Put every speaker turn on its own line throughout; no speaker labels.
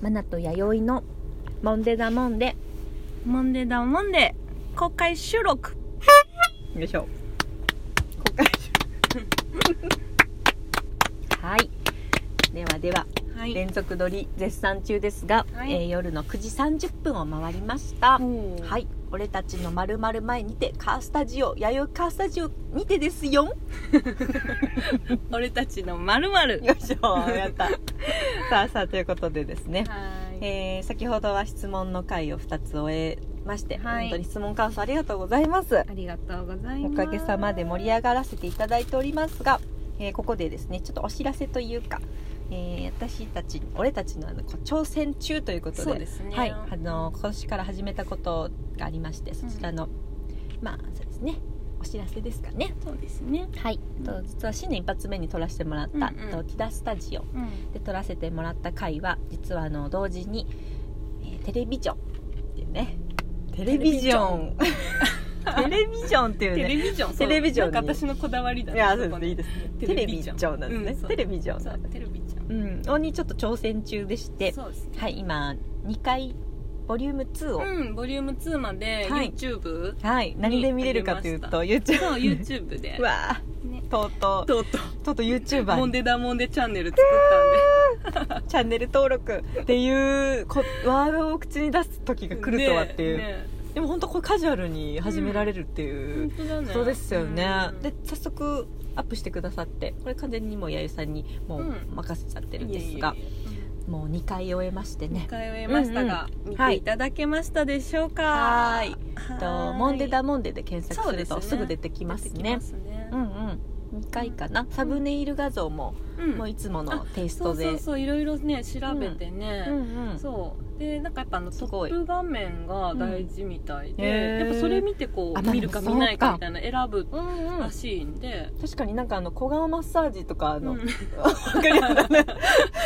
マナと弥生のモンデダモンデ
モンデーだモンデー公開収録よいしょ
公開はいではでは
はい
連続撮り絶賛中ですが、
はい
えー夜の9時30分を回りました
は
はい俺たちのまるまる前にてカースタジオ弥生カースタジオにてですよん
俺たちのまるまる
よいしょやった さあさあということでですね
はい
えー先ほどは質問の回を2つ終えまして、
はい
本当に質問感想ありがとうございます
ありがとうござい
お
ます
かげさまで盛り上がらせていただいておりますが、えーここでですねちょっとお知らせというか、えー私たち俺たちのあのこう挑戦中ということで
そうですね
はい、あの今年から始めたことがありましてそちらの、まあそうですねお知らせですかね
そうですね
はい、
うん
と実は新年一発目に撮らせてもらった、
うんうん
と木田スタジオ
うん
で撮らせてもらった回は実はあの同時に、えーテレビジョンっていうねテレビジョン テレビジョンっていう
テ
ね
レビジョンそ う
テレビジョンに
なんか私のこだわりだ
い
ね
や
そ
そう
こ
です
ね
いいですね
テ
テ
レ
レ
ビ
ビ
ジ
ジ
ョン
ョンなんですね、
うんそう
テレビジョン
そ
な
うん
です
テレビジョン
うんのにちょっと挑戦中でして
そうですね
はい今2回ボリューム2を、
うんボリューム2まで
はい
YouTube
はい何で見れるかというと
あ
YouTube
そう YouTube で
うわ
ね
ーとうと
とうと
うとうとう
うモン
YouTuber
デダモンデチャンネル作っ
チャンネル登録っていうこワードを口に出す時
た
が
んで
来るとはっていう、
ねね
でも本当これカジュアルに始められるっていう、
本当だね
そうですよね、
うん
で早速アップしてくださってこれ完全にもう弥生さんにもう
うん
任せちゃってるんですが、
いえいえいえうん
もう2回終えましてね
一回終えましたが、
うんうん
見
は
て
い
いただけましたでしょうか
はーい
はーい
とモンデダモンデで検索する
そう
と
です
す
ね
ぐ出てきます
出てき
ね
ますね
うんうん2回かなサブネイル画像も、
うん
もういつものテイス
そ
ト
うそ
で
うそういろいろね調べてね、
うんうん
そうでなんかやっぱあの
す
ト
ご
ッ
い
プ画面が大事みたいで、
うんへー
やっぱそれ見てこ
あ
う
まあ
見るか
でも
見ないか
そう
みた
か
いな選ぶ
うんうん
らしいんで、
確かになんかあの小顔マッサージとかあ
うん
の、 わかります ね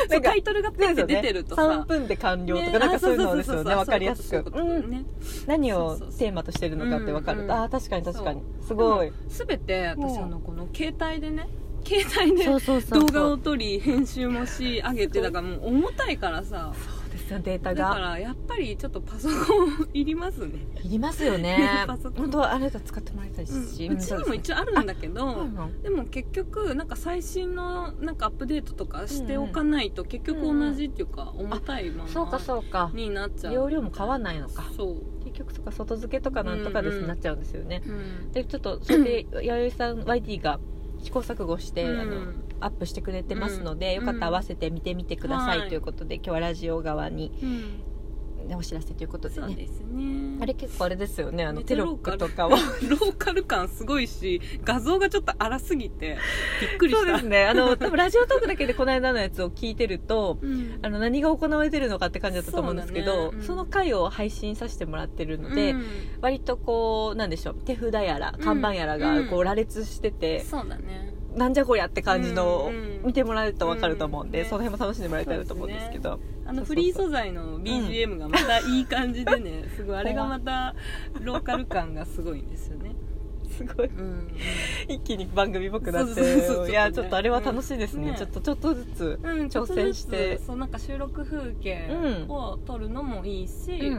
そうタイトルがペンって出てると
3
さ、
分で完了とか、
ね
なんかそういうのですよ
あそうそうそう
ね
そう
わかりやす
そういう
く
ことそういうことね
何を
そうそうそう
テーマとしてるのかって分か
うん
る
うん
とああ確かに確かにすごい
すべて私
うん
あのこの携帯でね携帯で
うそう
動画を撮り編集もし上げてだからもう重たいからさ
そうですよデータ
だか
が
らやっぱりちょっとパソコンいりますね、
いりますよね
パソコン
本当はあれが使ってもらいたいうし、
ん、うちにも一応あるんだけど、
応、うん
でも結局なんか最新のなんかアップデートとかしておかないと結局同じっていうか重たいま
そうか
ま
そうか
になっちゃう
容量も変わんないのか
そう、
結局とか外付けとかなんとかです、
うんうん
なっちゃうんですよね
うん、
でちょっとそれで弥生さん YD が試行錯誤して、あのアップしてくれてますので、
うん
よかったら合わせて見てみてください、
はい
ということで今日はラジオ側に、
うん
ね、お知らせということで
そう
ね
ですね
あれ結構あれですよねあの
めっち
テ
ゃ
ロ
ロ
ッ
ーカ
プ
ル
とかは
ローカル感すごいし画像がちょっと荒すぎてびっくりし
そ
た
うですねあの多分ラジオトークだけでこの間のやつを聞いてると
うん
あの何が行われてるのかって感じだったと思うんですけ
そう
ど
だ
そ,、
ねうん
の回を配信させてもらってるので、
うん
割とこうなんでしょう手札やら
うん
看板やら
う
が
ん
こう羅列してて、
そうだね
なんじゃこりゃって感じの、
うんうん
見てもらえると分かると思うんで、
うんね
その辺も楽しんでもらえたらと思うんですけど
あの
そ
フ
うそうそう
リー素材の BGM がまたいい感じでねすごいあれがまたローカル感がすごいんですよね
すごい
うん
一気に番組っぽくなって
そうそうそうそう
いや
ち
ち
ょ
ょ
っとね
っとあれは楽しいですね,、
うん
ちょっとちょっとずつ、
うん、
挑戦して
ちょっとずつそうなんか収録風景
うん
を撮るのもいいし、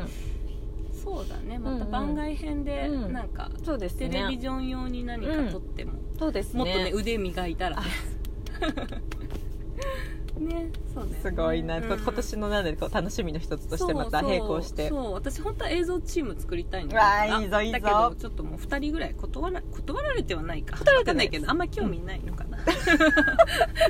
そうだねまた番外編で
うん
なんか
そうです
テレビ
ね
ジョン用に何か撮っても、
そうですね
もっとね腕磨いたら ねそうだよね
すごいな、
うん
こ今年のなんでこう楽しみの一つとしてまた並行して
そうそうそう私本当は映像チーム作りたいんだ
うわーいいぞいいぞ
だけどちょっともう2人ぐらい断ら断られてはないか断
られてない
い
で
け
す
どあんま興味ないのかな、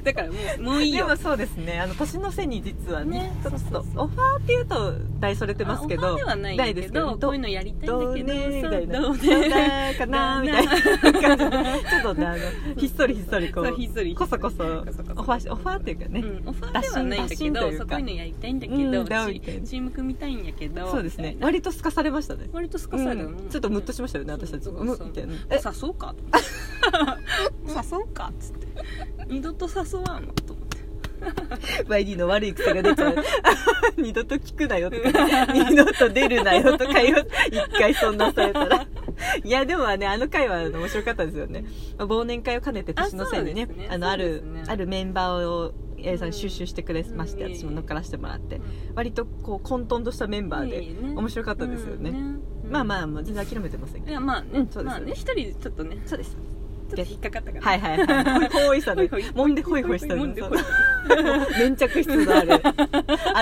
だからもうもういい
で
よ
もそうですねあの年の瀬に実はね
ね
ちょっ
そう
と
そうそう
オファーっていうと題されてますけ
あオ
ど
ファーではないんだけ
ですけ
ど
ど
こういうのやりたいんだ
どう
けど
ねみ
そ
た
う
いな
どう
どう
ね
ねかなみたいな感じでちょっとね あのひっそりひっそ りこ
そうひっそり
うこそこそオフ
こそこそ
ァーしオファーっていうかね、
うん、オファーではないんだ
打
け
診打診
ど
という
そ
か
こういうのやりたいんだけど、
うんだ
チ
みたいな
チーム組みたいんやけど
そうですね
みたいな
割とすかされましたね
割とすかされたよね、
うんちょっとムッとしましたよね私たち
そう
も
そうそ
う
う
んみたいなえ
誘うか 誘うかっつって二度と誘わんわと思って
YD の悪い癖が出ちゃう 二度と聞くなよとか二度と出るなよとか言う一回そんなされたらいやでもねあの回はあの面白かったですよね忘年会を兼ねて年のせいにね
あそうですね
あのあ
そうで
る
すね
あるメンバーをに A さ
うんん
シュッシュしてくれまして、
うん
私も乗っからしてもらって割とこう混沌としたメンバーで面白かったですよねまあ
あ
まあもう全然諦めてません
いやまあね、
うんそうです
まあね一人ちょっとね
そうです
ちょっと引っかかったから
はいはいはい ほいさね
ほいほい
もんで ほいほいした
も
の
んで
そ
ほ
う
いほい
粘着質のある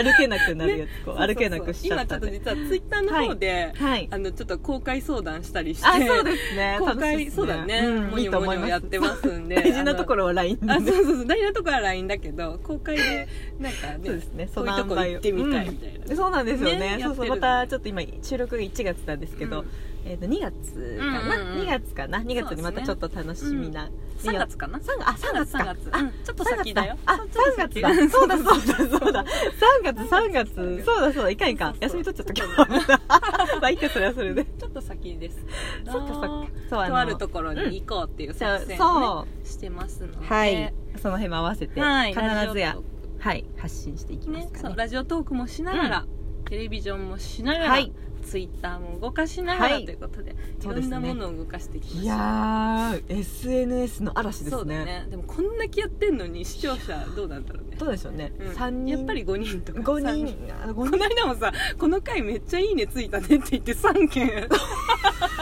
歩けなくなるやつこう 歩けなくしちゃった
そうそうそ
ね
う今ちょっと実はツイッターの方で、
はい
あのちょっと公開相談したりして
あそうですね
公
楽しい
開
です
そうだね、
うん
も
いい
に
と
ょ
思
も
い
に
ま
ょ
す
やってますん で
大事なとこ
ろ
ろは LINE で
あそうそうそう大事なところは LINE だけど公開でなんかね
そうですね
そういうとこ行ってみたいみたいな、
うんそうなんですよね
ね
そうそうま
やってる
たちょっと今収録が1月なんですけど、
うん
えー、と2月かな、
うんうんうん
2月かな2月にまたちょっと楽しみな、
3月かな
三月あ三月か
3月うんちょっと先だよ
あ3
そうちょ
月
っ
だ
と先
そうだそうだそうだ3月3月
三月
そうだそうだいかんいかん
そう
休
そう
み取っちゃった今日はま たまあいいかそれはそれで
ちょっと先です
そっかそっかそう
とある
こと
ころに行こうっていう
そう
作戦を
そ
ねしてますので
うはいその辺も合わせて
はい
必ず
ラ
や
ジオトー
はい発信していき
ク
ま
ね
すか
そう
ね
ラジオトークもしながら、テレビジョンもしながら、
はい
ツイッターも動かしながら
はい
ということで、い
そう
ろ
です
ん
ね
なものを動かしていきましょう
いやー SNS の嵐で
そ
す
うだ
ね
ねでもこんだけやってんのに視聴者どうなんだろうね
どうでしょうね
うん
三人
やっぱり5人とか
5
3
人あ5
こ
人
の間もさ「この回めっちゃいいねついたね」って言って3件
だって
男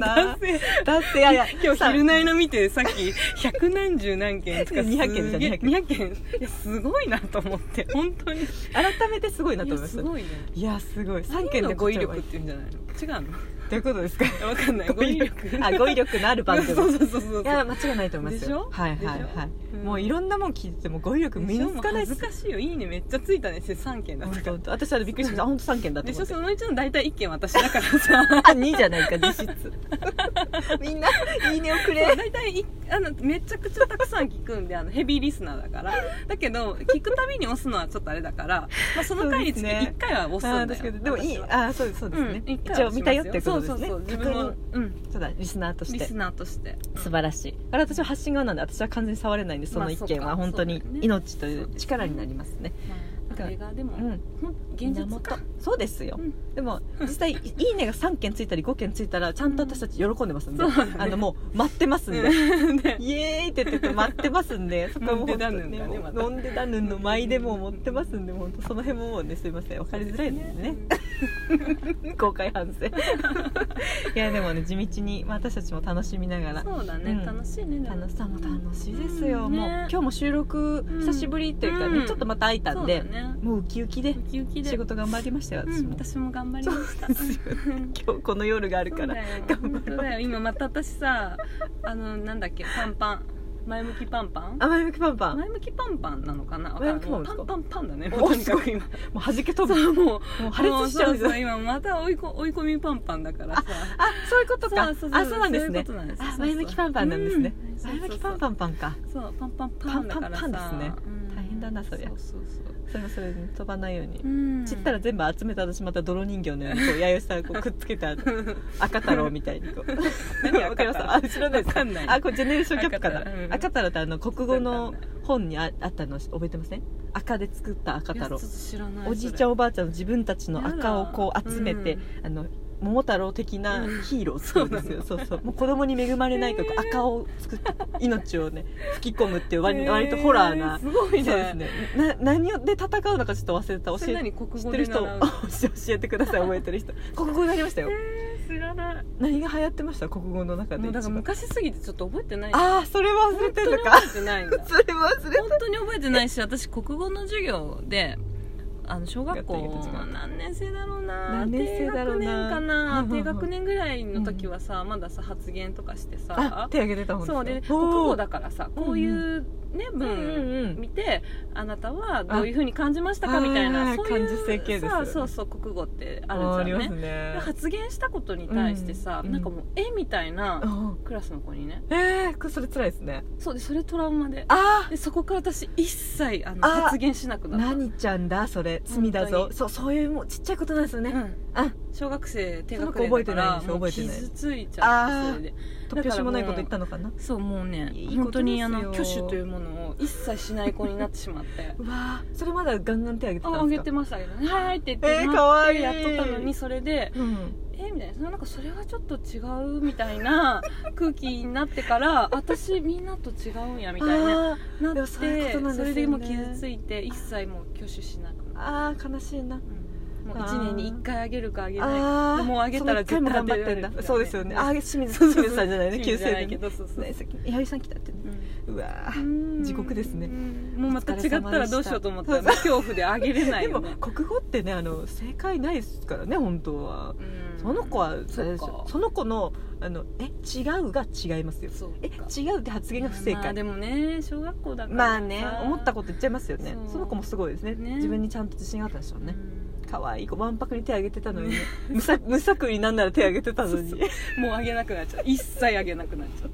な
性
だっていやいや
今日「
さ
昼ないの」見てさっき百何十何件とかすげえ
200件じゃん200件
200件いやすごいなと思って本当にす
改めてすごいなと思いました
すごいね
いやすごい3
3
件
件
で
の
語
語
彙
彙
力
力
っ
っていうんじゃないの違う
ていうことですか
のわかんない語彙力
あ語彙力のある番組
そうそうそうそう
いや間違いないと思います
でし
よ
ょ
はいはい
でし
はい、
ょうん
もういろんなもん聞いてても語彙力身につかない
でしょもう恥ずかしいよ「いいねめっちゃついたね」って3件だっ
本
た
当本当私はびっくりしましたあ本当三3件だと
でし
思
ょ
って
そのうちの大体1件私だからさ
あ二2じゃないか実 質みんないいねをく
そう
れ
大体いあのめちゃくちゃたくさん聞くんであのヘビーリスナーだからだけど聞くたびに押すのはちょっとあれだから、まあ、その回につ
そうです
き
ね
1回は押す
あ
んだ
確
よ
かにでもいい
私は
あそうですそうですね、
うん、一回
一
は
応見たよっていうことです
そう
ね
そうそう自
確
分も
認、
うん、
そうだリスナーとし
リ
て
スナーとして
素晴らしいあれ私は発信側なんで私は完全に触れないんでその一件
ま
は
あそう
本
か
当に
そうだよね
命という力になりますね
ま
だから
あ、あれがでも、
うん
ほん現実
源
か
そうですよ、
うん
でも実際「いいね」が3件ついたり5件ついたらちゃんと私たち喜んでますんで、
そうだね
あのもう待ってますんで、
ね
イエーイって言ってて待ってますん でそこはもう本当に
飲んでだぬんだねまた
飲んでだぬんの舞でもう持ってますんで本当その辺ももうねすいません分かりづらいですね公開反 省いやでもね地道に、まあ、私たちも楽しみながら
そうだね、
うん
楽しいねでも
楽しさも楽しいですよ、
うんね
もう今日も収録久しぶりというかね、
うん
ちょっとまた会えたんで、
そうだね
もうウキウキで
ウキウキで
仕事頑張りましたよ
う
私
ん、
も、
私も頑張りましたうん
今日この夜がある
そう
から
だよ
頑張
本
ろ
当
う
だよ今また私さあのなんだっけパンパン前向きパンパン
甘い向きパンパンも
前向きパンパンなのかなわ
前向きパン
かん
パ
ない
ンですか
もうパンパンパンだね
お
もうとにかく今
う弾け飛ぶ
そうも
もう
う
破裂しちゃう
も
じ
そ
ゃ
そ
ん
今また追いこ追い込みパンパンだからさ
あそういうことか
そうそうそう
あそうなんですね
そういうことなんです
あ
そうそう
前向きパンパンなんですね、
うん
前向きパンパンパンか
そうパンパンパンだからさ
パンパンパンですね
うん
大変だなそりゃ
そうそうそう
それもそれで飛ばないように、
うん
散ったら全部集めた私また泥人形のようにこう弥生さんをこうくっつけた赤太郎みたいにこう
何
わかりましたあ後ろのやつ
わかんない
あこれジェネレーションギャップかな
赤太郎うん
赤太郎ってあの国語の本にああったの覚えてません赤で作った赤
いや
太郎
ちょっと知らない
おじいちゃんおばあちゃんの自分たちの赤をこう集めて、
や
あの桃太郎的なヒーローを作るんですよ、
うん
そうそうもう子供に恵まれないとか赤を作って命をね吹き込むっていう
それ
割,、割とホラーな、
えすごいね
そうですねな何をで戦うのかちょっと忘れた教
それ
え
何
て
国
知っ
語
てる
で
人
習う
教
の
えてください覚えて る人国語になりましたよ
知らない
何が流行ってました国語の中で
もう
一
だから
番
昔すぎてちょっと覚えてない
ああそれ忘れ
本
てる
当に
のか
覚えてな いんだ
それ忘れ
本当に覚えてないし私国語の授業であの小学
やってる
校
時間
何年生だろうな
何年生だろうな
低学年か
うん
な
うんうん
低学年ぐらいの時はさ、まださ発言とかして
あ
さ
手挙げてたもん
そうで国語だからさこういうね
うん
文
うんうん
見てあなたはどういうふうに感じました
あ
かみたい
あー
なそうい
感受性系です
う
よね
さそうそう国語ってあ
あ
るじ
りま
ゃんね
すね
で発言したことに対してさ、
うん
なんかもう絵みたいな
うん
クラスの子にね
えー、それ辛いですね
そうでそれトラウマで
あ
でそこから私一切あの
あ
発言しなくなった
何ちゃんだそれ罪だ
本
ぞ
当に
そうそういうもうちっちゃいことなんですよね、
うん
あ
小学生低学
その子覚
年
えて
だか
ないんで
ら
すよ
もう
覚えてない
傷ついちゃってそれで
突拍子もないこと言ったのかな
そうもうね
いいこ
本
と
当
ですよ
にあの挙手というものを一切しない子になってしまっ て
うわーそれまだガンガン手挙げてた
あ
んで
上げ
すか
てましたけどねはいはいって言っ
え
て
ーかわいい
やっとったのにそれで
うん、
ええみたいなそのなんかそれはちょっと違うみた いな空気になってから私みんなと違うんやみたいな
あ
なっ
で
て
も
そ
そういうことなんですよね
れでもう傷ついて一切もう挙手しなくなる、
ーあー悲しいな
もう
あー
1年に1回あげるかあげないか
ああ
もうあげたら
その一回も
絶対
頑
出
張っ
られ
てん
るからね
だそうですよねああ清水
そうそう
清水さんじゃないね
清
旧
水じゃな
生
いけ
で
どそうそう
ね弥生さん来たってねうわ
う
ー
ん
地獄ですね
うんもうまた違ったらどうしようと思ったらもう恐怖であげれない
で
よ
も
ね
国語ってねあの正解ないですからね本当は
うん
その子はそれでし
そっ
ょ
か
その子のあの「え違う」が違いますよ
そう
「え違う」って発言が不正
まあ
解
でもね小学校だから
まあね思ったこと言っちゃいますよね
そう
その子もすごいですね
ね
自分にちゃんと自信があったんでしょう
と
ね
ね
可愛い子わんぱくに手あげてた のにね無作無作為になんなら手あげてたのに
そうもうあげなくなっちゃう一切あげなくなっちゃ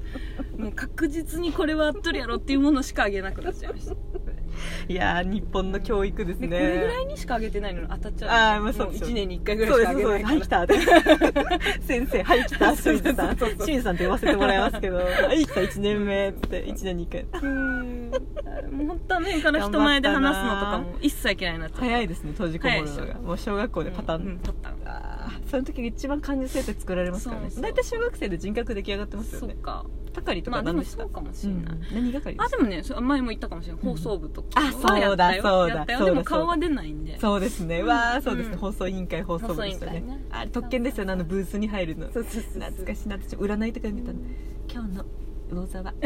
うもう確実にこれはあっとるやろっていうものしかあげなくなっちゃいました
いやー日本の教育です
で
ね
これぐらいにしかあげてないのに当たっちゃう、
あーまあそう
もう
です
1年に1回ぐら
そ
いうし
です
かあげ
そう
な
で
い
す
か
はい来
ら
たって先生はい来た清水さん
そうそうそう
清水さんって呼ばせてもらいますけどはい来た1年目って1年に1回
うんもう本当は面から人前で話すのとかも一切嫌いになっちゃう
早いですね閉じこもる
早
の
い
が
でしょ
もう小学校でパターン、
うんうんパターン
あーその時が一番感受性って作られますからね
そうそう
大体小学生で人格出来上がってますよ
そっ
ね
か
係と
ま
か
あで
何
も
でした、
そうかもしれない、
うん何係で
あ
した
でもねそう前も言ったかもしれない
うん
放送部とか
あそうだ
やったよ
そうだ
やったよ
そうだそ
で
うだ
も顔は出ないんで
そうですね、
うん
わあそうですね、
うん
放送委員会放送部でした
放送
ね
委員会ね
あれ特権ですよねあのブースに入るの
そうそうそうそう
懐かしいな私占いとか見てたの今日の魚座は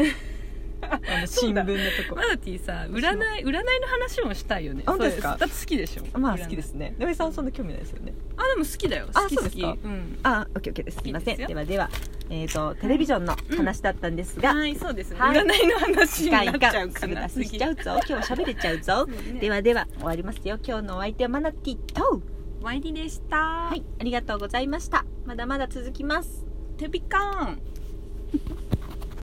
あの新聞のとこ
マナティーさ占い占いの話もしたいよね
あ本当ですか
そうだって好きでしょ
まあ好きです
占い
ね。のべさんはそんな興味ないですよね。
あでも好きだよ
あ
好き
そう
好
です
き
か
ん
あ、オッケーオッケーです。すいません。
いいです
で
よ
はでは、えっ、と、テレビジョンの話だったんですが、
はいそうですね
はい
占いの話に
いか
なっ
んい
ち
か。
ゃうんか
すぐ
な
出ししちゃうぞ。今日喋れち ゃうぞ。で
は
はでは、終わりますよ。今日のお相手はマナティと、
ワイリでした
はい、ありがとうございました。まだまだ続きます。
テビカーン